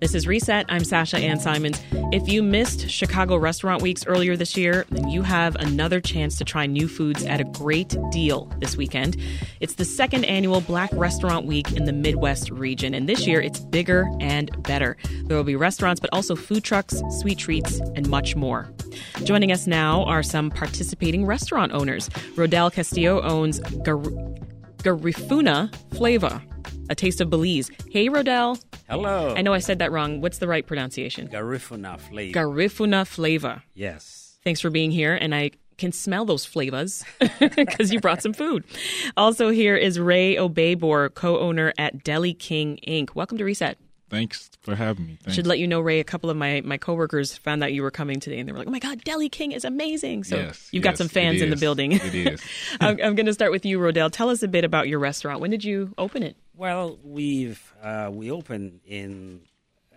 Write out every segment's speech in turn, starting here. This is Reset. I'm Sasha Ann Simons. If you missed Chicago Restaurant Weeks earlier this year, then you have another chance to try new foods at a great deal this weekend. It's the second annual Black Restaurant Week in the Midwest region, and this year it's bigger and better. There will be restaurants, but also food trucks, sweet treats, and much more. Joining us now are some participating restaurant owners. Rodel Castillo owns Gar- Garifuna Flava, a taste of Belize. Hey, Rodel. Hello. I know I said that wrong. What's the right pronunciation? Garifuna flavor. Garifuna Flava. yes. Thanks for being here, and I can smell those flavors because you brought some food. Also, here is Ray Obeybor, co owner at Deli King Inc. Welcome to Reset. Thanks for having me. Thanks. Should let you know, Ray, a couple of my, my coworkers found out you were coming today, and they were like, oh my God, Deli King is amazing. So Yes, you've got yes, some fans it in the is. building. It is. I'm, I'm going to start with you, Rodell. Tell us a bit about your restaurant. When did you open it? Well, we've uh, we opened in uh,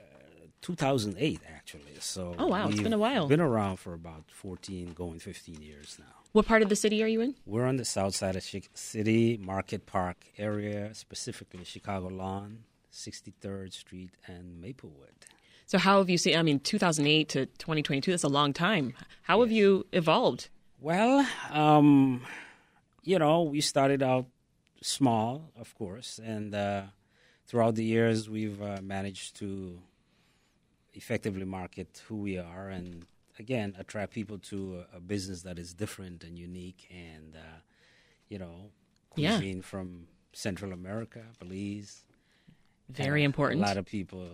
2008 actually. So Oh, wow, it's we've been a while. Been around for about 14, going 15 years now. What part of the city are you in? We're on the south side of Chi- City Market Park area, specifically Chicago Lawn, 63rd Street, and Maplewood. So, how have you seen? I mean, 2008 to 2022, that's a long time. How have you evolved? Well, um, you know, we started out small, of course, and uh, throughout the years, we've uh, managed to effectively market who we are and, again, attract people to a, a business that is different and unique and, uh, you know, Yeah. cuisine from Central America, Belize. Very Uh, important. A lot of people,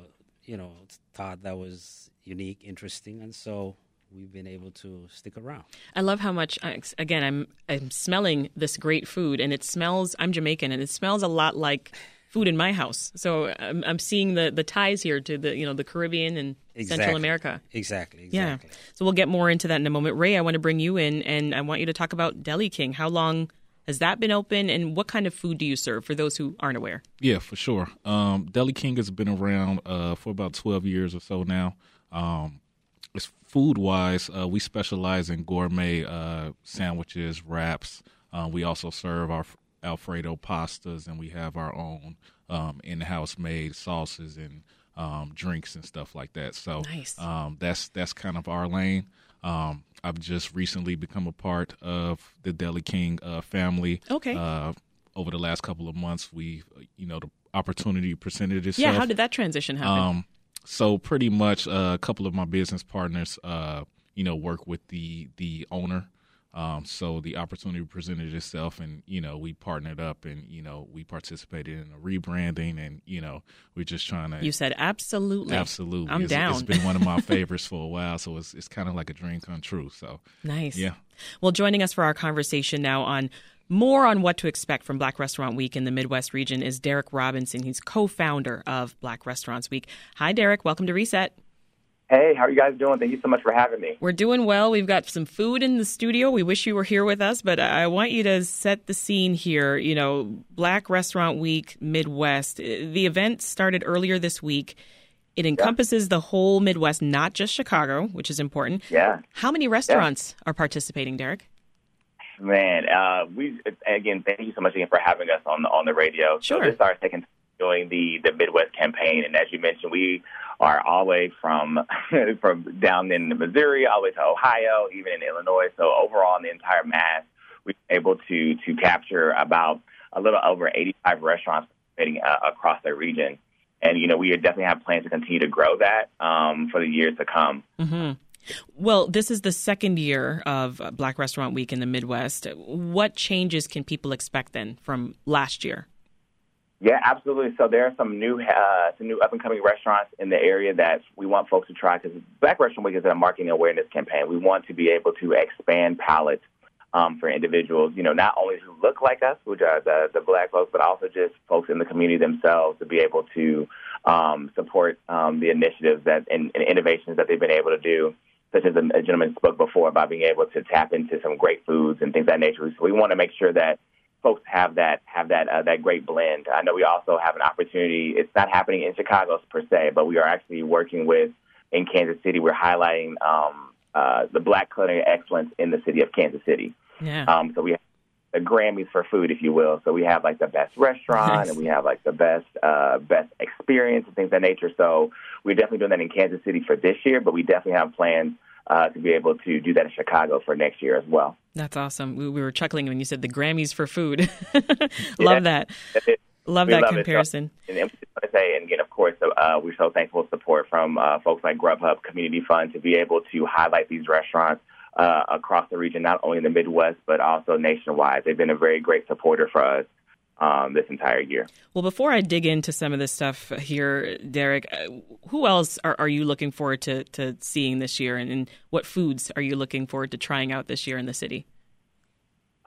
you know, thought that was unique, interesting, and so we've been able to stick around. I love how much I- again I'm I'm smelling this great food and it smells I'm Jamaican and it smells a lot like food in my house. So I'm I'm seeing the the ties here to the you know the Caribbean and Central Exactly. America. Exactly, Yeah. exactly. So we'll get more into that in a moment. Ray, I want to bring you in and I want you to talk about Deli King. How long has that been open and what kind of food do you serve for those who aren't aware? Yeah, for sure. Um, Deli King has been around uh, for about 12 years or so now. Um, it's food wise, uh, we specialize in gourmet uh, sandwiches, wraps. Uh, we also serve our Alfredo pastas, and we have our own um, in house made sauces and um, drinks and stuff like that. So Nice. um, that's that's kind of our lane. Um, I've just recently become a part of the Deli King uh, family. Okay. Uh, over the last couple of months, we, uh, you know, the opportunity presented itself. yeah, how did that transition happen? Um, so pretty much uh, a couple of my business partners, uh, you know, work with the the owner. Um, so the opportunity presented itself, and you know, we partnered up, and you know, we participated in a rebranding, and you know, we're just trying to you said absolutely. absolutely. I'm It's- down. It's been one of my favorites for a while, so it's it's kind of like a dream come true. So Nice. Yeah. Well, joining us for our conversation now on more on what to expect from Black Restaurant Week in the Midwest region is Derek Robinson. He's co-founder of Black Restaurants Week. Hi, Derek. Welcome to Reset. Hey, how are you guys doing? Thank you so much for having me. We're doing well. We've got some food in the studio. We wish you were here with us, but I I want you to set the scene here. You know, Black Restaurant Week Midwest. Uh, The event started earlier this week. It encompasses the whole Midwest, not just Chicago, which is important. Yeah, How many restaurants are participating, Derek? man. Uh, we again, thank you so much again for having us on the, on the radio. Sure. So this is our second time doing the the Midwest campaign, and as you mentioned, we are all the way from from down in Missouri, all the way to Ohio, even in Illinois. So overall, in the entire mass, we were able to to capture about a little over 85 restaurants participating, uh, across the region. And you know, we definitely have plans to continue to grow that um, for the years to come. Mm-hmm. Well, this is the second year of uh, Black Restaurant Week in the Midwest. What changes can people expect then from last year? Yeah, absolutely. So there are some new, uh, some new up and coming restaurants in the area that we want folks to try because Black Restaurant Week is a marketing awareness campaign. We want to be able to expand palettes um, for individuals. You know, not only who look like us, which are the the black folks, but also just folks in the community themselves to be able to um, support um, the initiatives that and, and innovations that they've been able to do. Such as a, a gentleman spoke before about being able to tap into some great foods and things of that nature. So we want to make sure that folks have that have that uh, that great blend. I know we also have an opportunity. It's not happening in Chicago per se, but we are actually working with in Kansas City. We're highlighting um, uh, the Black culinary excellence in the city of Kansas City. Yeah. Um, so we have the Grammys for food, if you will. So we have like the best restaurant, Nice. and we have like the best uh, best experience and things of that nature. So we're definitely doing that in Kansas City for this year, but we definitely have plans uh, to be able to do that in Chicago for next year as well. That's awesome. We, we were chuckling when you said the Grammys for food. Yeah. Love that. That's it. Love We that love it. comparison. And, and we just want to say, and again, of course, uh, we're so thankful for support from uh, folks like Grubhub Community Fund to be able to highlight these restaurants uh, across the region, not only in the Midwest, but also nationwide. They've been a very great supporter for us um, this entire year. Well, before I dig into some of this stuff here, Derek, uh, who else are, are you looking forward to, to seeing this year? And, and what foods are you looking forward to trying out this year in the city?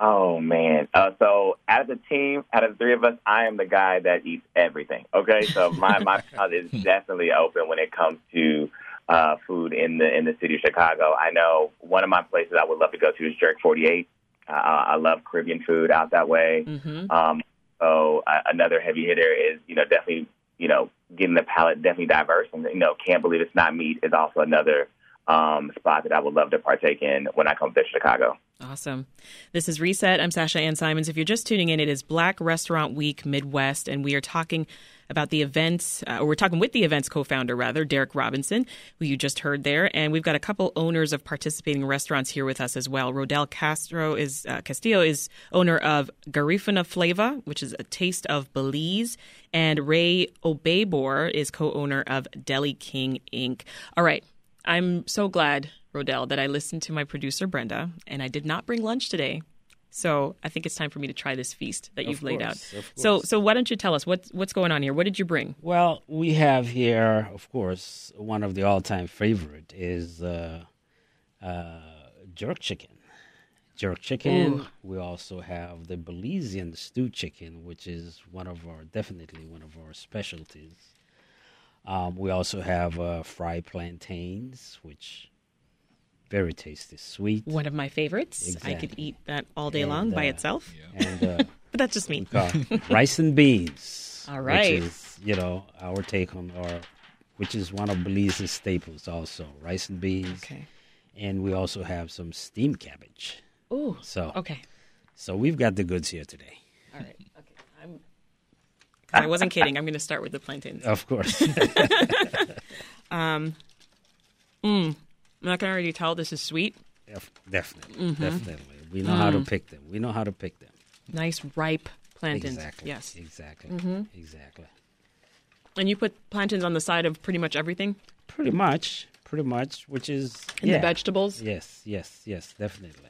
Oh man! Uh, so out of the team, out of the three of us, I am the guy that eats everything. Okay, so my my mouth is definitely open when it comes to uh, food in the in the city of Chicago. I know one of my places I would love to go to is Jerk Forty Eight. Uh, I love Caribbean food out that way. hmm Um, so uh, another heavy hitter is you know definitely you know getting the palate definitely diverse and you know can't believe it's not meat is also another um, spot that I would love to partake in when I come to Chicago. Awesome. This is Reset. I'm Sasha Ann Simons. If you're just tuning in, it is Black Restaurant Week Midwest, and we are talking about the events, uh, or we're talking with the event's co founder, rather, Derek Robinson, who you just heard there. And we've got a couple owners of participating restaurants here with us as well. Rodel Castro is, uh, Castillo is owner of Garifuna Flava, which is a taste of Belize, and Ray Obeybor is co owner of Deli King Inc. All right. I'm so glad, Rodell, that I listened to my producer Brenda, and I did not bring lunch today. So I think it's time for me to try this feast that you've laid out. course, of So, so why don't you tell us what's what's going on here? What did you bring? Well, we have here, of course, one of the all-time favorite is uh, uh, jerk chicken. Jerk chicken. We also have the Belizean stew chicken, which is one of our definitely one of our specialties. Um, we also have uh, fried plantains, which very tasty, sweet, One of my favorites. I could Exactly. eat that all day And, long by uh, itself, and uh, but that's just me. we call it rice and beans. All right. Which is, you know, our take on our, which is one of Belize's staples also, rice and beans. Okay. And we also have some steamed cabbage. Ooh. So, Okay. so we've got the goods here today. All right. Okay. I'm. 'cause I wasn't kidding. I'm going to start with the plantains. Of course. I can already tell this is sweet. Def- definitely. Mm-hmm. Definitely. We know how to pick them. We know how to pick them. Nice ripe plantains. Exactly. Yes. Mm-hmm. Exactly. Exactly. And you put plantains on the side of pretty much everything. Pretty much. Pretty much, which is. And yeah. the vegetables. Yes, yes, yes, definitely.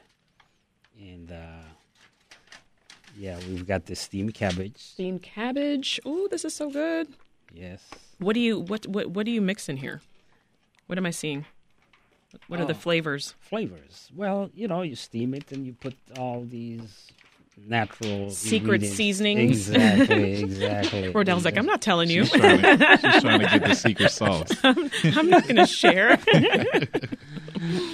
And uh, yeah, we've got the steamed cabbage. steamed cabbage. Ooh, this is so good. Yes. What do you what what what do you mix in here? What am I seeing? What are the flavors? Flavors. Well, you know, you steam it and you put all these natural Secret ingredients. seasonings. Exactly, exactly. Rodell's like, I'm not telling you. She's trying, to, she's trying to get the secret sauce. I'm not going to share.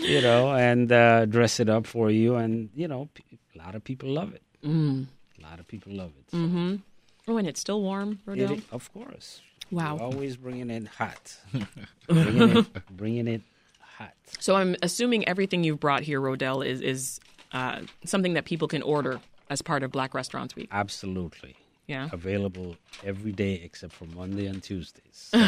you know, and uh, dress it up for you and you know, p- a lot of people love it. Mm. A lot of people love it. So oh, and it's still warm, it- Rodell. of course. Wow. We're always bringing it hot. bringing, it, bringing it hot. So I'm assuming everything you've brought here, Rodell, is is uh, something that people can order as part of Black Restaurants Week. Absolutely. Yeah. Available every day except for Monday and Tuesdays. So,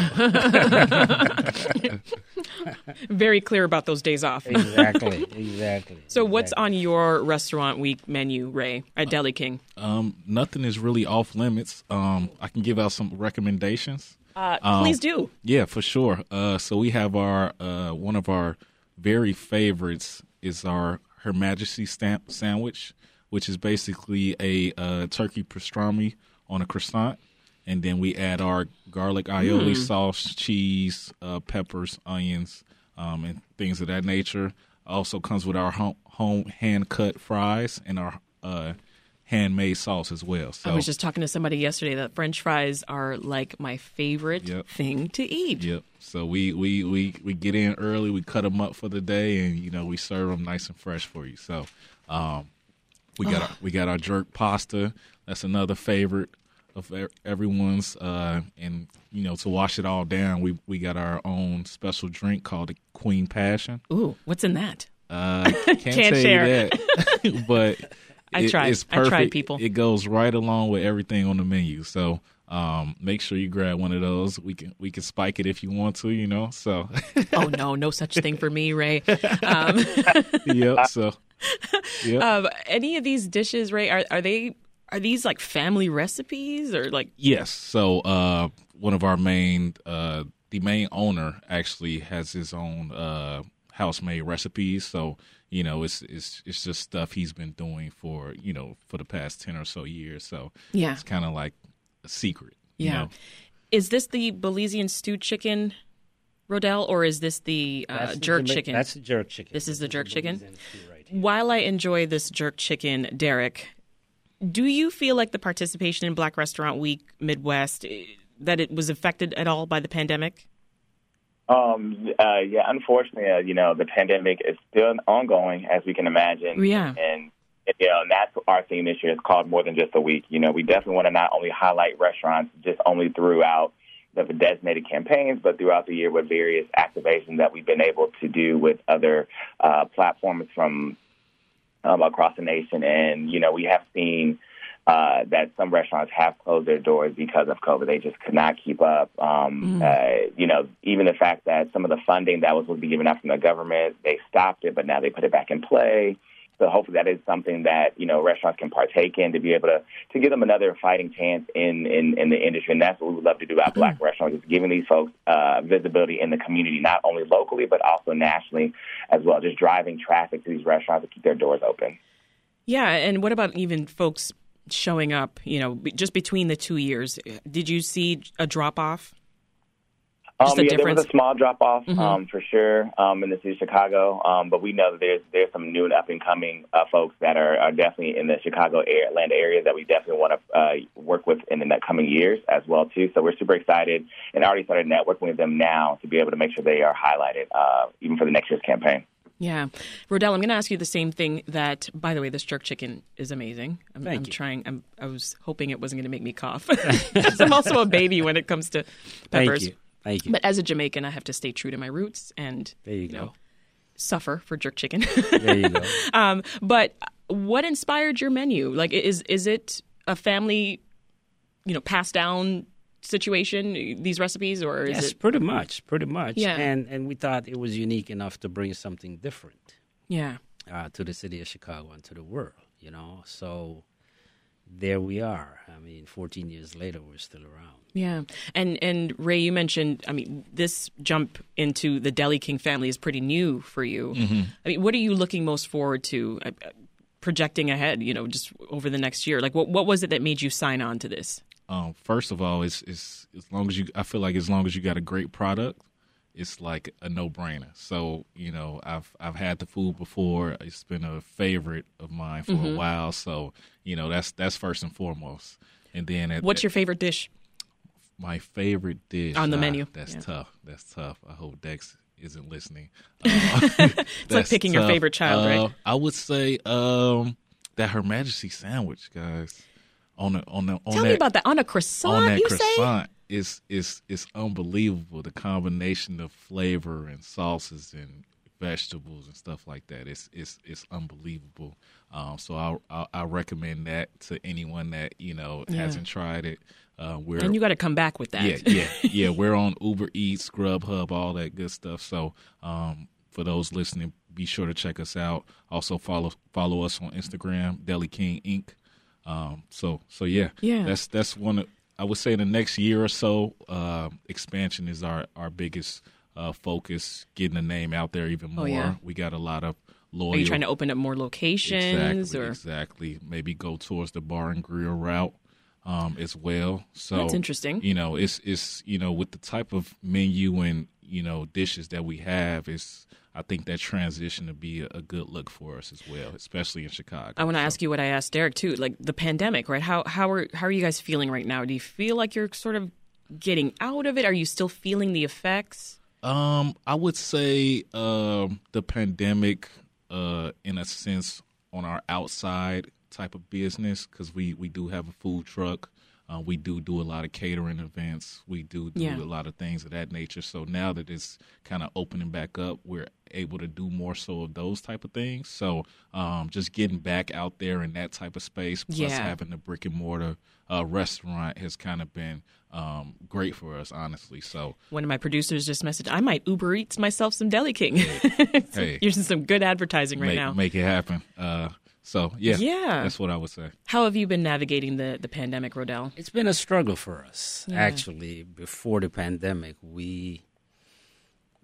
Very clear about those days off. exactly. Exactly. So what's exactly. on your restaurant week menu, Ray, at Deli King? Um, nothing is really off limits. Um, I can give out some recommendations. Uh, please um, do. Yeah, for sure. Uh, so we have our uh, one of our very favorites is our Her Majesty stamp sandwich, which is basically a uh, turkey pastrami on a croissant, and then we add our garlic Mm. aioli sauce, cheese, uh, peppers, onions, um, and things of that nature. Also comes with our home, home hand cut fries and our uh, handmade sauce as well. So I was just talking to somebody yesterday that French fries are like my favorite Yep. thing to eat. Yep. So we we we we get in early, we cut them up for the day, and you know we serve them nice and fresh for you. So, um, we got our, we got our jerk pasta. That's another favorite of e- everyone's. Uh, and you know to wash it all down, we we got our own special drink called the Queen Passion. Ooh, what's in that? Uh, can't, tell share. you that, but I tried. It's I tried, perfect. people. It goes right along with everything on the menu. So um, make sure you grab one of those. We can we can spike it if you want to. You know. So oh no, no such thing for me, Ray. Um, yep. So yep. um, any of these dishes, Ray, are are they are these like family recipes or like Yes. So uh, one of our main, uh, the main owner actually has his own uh, house made recipes. So you know, it's it's it's just stuff he's been doing for you know for the past ten or so years. So Yeah. it's kind of like a secret. you yeah? know? Is this the Belizean stew chicken, Rodell, or is this the uh, That's the jerk Jama- chicken? That's the jerk chicken. This is the jerk chicken? Belizean stew right here. While I enjoy this jerk chicken, Derek, do you feel like the participation in Black Restaurant Week Midwest eh, that it was affected at all by the pandemic? Um, uh, yeah, unfortunately, uh, you know, the pandemic is still ongoing, as we can imagine. Yeah. And, you know, and that's our theme this year. It's called More Than Just a Week. You know, we definitely want to not only highlight restaurants just only throughout the designated campaigns, but throughout the year with various activations that we've been able to do with other uh, platforms from um, across the nation. And, you know, we have seen uh, that some restaurants have closed their doors because of COVID. They just could not keep up. Um, uh, you know, even the fact that some of the funding that was supposed to be given out from the government, they stopped it, but now they put it back in play. So hopefully that is something that you know restaurants can partake in to be able to to give them another fighting chance in in, in the industry, and that's what we would love to do about Black restaurants, is giving these folks uh, visibility in the community, not only locally but also nationally as well, just driving traffic to these restaurants to keep their doors open. Yeah, and what about even folks showing up? You know, be- just between the two years, did you see a drop off? Just the Um, yeah, there was difference. Mm-hmm. a small drop off um, for sure um, in the city of Chicago, um, but we know that there's there's some new and up and coming uh, folks that are, are definitely in the Chicago air, land area that we definitely want to uh, work with in the next coming years as well too. So we're super excited and already started networking with them now to be able to make sure they are highlighted uh, even for the next year's campaign. Yeah, Rodell, I'm going to ask you the same thing. That, by the way, this jerk chicken is amazing. I'm, Thank I'm you. trying. I'm, I was hoping it wasn't going to make me cough. 'Cause I'm also a baby when it comes to peppers. Thank you. Thank you. But as a Jamaican, I have to stay true to my roots and there you know, go. suffer for jerk chicken. There you go. um, but what inspired your menu? Like, is is it a family, you know, passed down situation? These recipes, or is yes, it? pretty much, pretty much. Yeah. And and we thought it was unique enough to bring something different Yeah, uh, to the city of Chicago and to the world. You know, so there we are. I mean, 14 years later, we're still around. yeah. And and Ray, you mentioned. I mean, this jump into the Deli King family is pretty new for you. Mm-hmm. I mean, what are you looking most forward to? uh, uh, Projecting ahead, you know, just over the next year. Like, what what was it that made you sign on to this? um, first of all, it's it's as long as you. I feel like as long as you got a great product, it's like a no brainer. So you know, I've I've had the food before. It's been a favorite of mine for Mm-hmm. a while. So you know, that's that's first and foremost. And then at, What's your favorite dish? my favorite dish On the Ah, menu. That's Yeah. tough. That's tough. I hope Dex isn't listening. Uh, it's picking your favorite child, right? Uh, I would say um, that Her Majesty sandwich, guys. On the on the on Tell that, me about that on a croissant. on that you say? croissant is is is unbelievable. The combination of flavor and sauces and vegetables and stuff like that. It's it's it's unbelievable. Um, so I, I I recommend that to anyone that you know hasn't tried it. Uh, we're And you got to come back with that. yeah yeah yeah we're on Uber Eats, Grubhub, all that good stuff. So um, for those listening, be sure to check us out. Also follow follow us on Instagram, Deli King Inc. Um, so so yeah, Yeah. That's that's one. Of, I would say the next year or so, uh, expansion is our our biggest uh, focus. Getting the name out there even more. Oh, yeah. We got a lot of loyal. Are you trying to open up more locations exactly or exactly maybe go towards the bar and grill route um, as well. So That's interesting. You know, it's it's you know with the type of menu and you know dishes that we have, it's I think that transition to be a, a good look for us as well, especially in Chicago. I want to ask you what I asked Derek too, like the pandemic, right? How how are how are you guys feeling right now? Do you feel like you're sort of getting out of it? Are you still feeling the effects? Um, I would say um, the pandemic, uh, in a sense, on our outside type of business because we we do have a food truck. Uh, we do do a lot of catering events. We do do Yeah. a lot of things of that nature. So now that it's kind of opening back up, we're able to do more so of those type of things. So um, just getting back out there in that type of space, plus Yeah. having the brick and mortar uh, restaurant, has kind of been um, great for us, honestly. So One of my producers just messaged, I might Uber Eats myself some Deli King. Hey. You're in some good advertising right make now. make it happen. Uh, so yeah, Yeah. that's what I would say. How have you been navigating the, the pandemic, Rodell? It's been a struggle for us Yeah. actually. Before the pandemic, we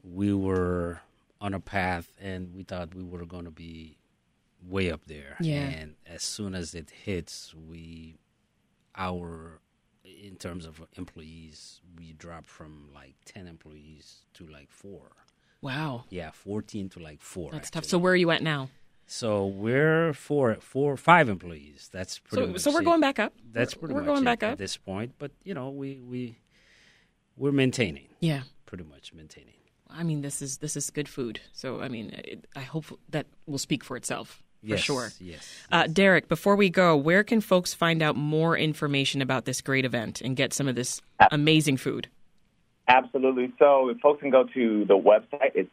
we were on a path, and we thought we were going to be way up there. Yeah. And as soon as it hits, we our in terms of employees, we dropped from like ten employees to like four. Wow. Yeah, fourteen to like four. That's tough. actually. So where are you at now? So we're four, four, five employees. That's pretty. So, much so we're it. going back up. That's we're, pretty we're much going it back at up. this point. But you know, we we we're maintaining, Yeah. pretty much maintaining. I mean, this is this is good food. So I mean, it, I hope that will speak for itself for yes, sure. Yes. Uh, Derek, before we go, where can folks find out more information about this great event and get some of this amazing food? Absolutely. So if folks can go to the website, it's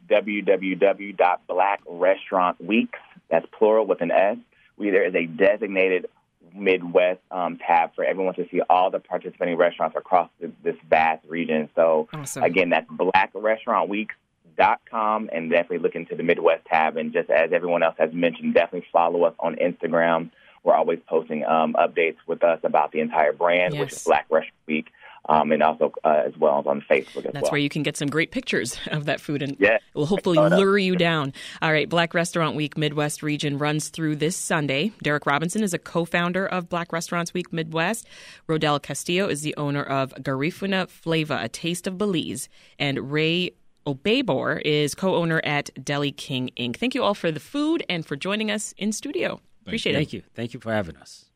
www.blackrestaurantweeks. That's plural with an S. We, there is a designated Midwest um, tab for everyone to see all the participating restaurants across th- this vast region. So Awesome. again, that's blackrestaurantweeks.com and definitely look into the Midwest tab. And just as everyone else has mentioned, definitely follow us on Instagram. We're always posting um, updates with us about the entire brand, which Yes. is Black Restaurant Week, um, and also uh, as well as on Facebook as That's well. where you can get some great pictures of that food and Yeah. it will hopefully lure you down. All right, Black Restaurant Week Midwest region runs through this Sunday. Derek Robinson is a co-founder of Black Restaurants Week Midwest. Rodel Castillo is the owner of Garifuna Flava, a taste of Belize, and Ray Obabor is co-owner at Deli King Inc. Thank you all for the food and for joining us in studio. Appreciate it. Thank you. Thank you for having us.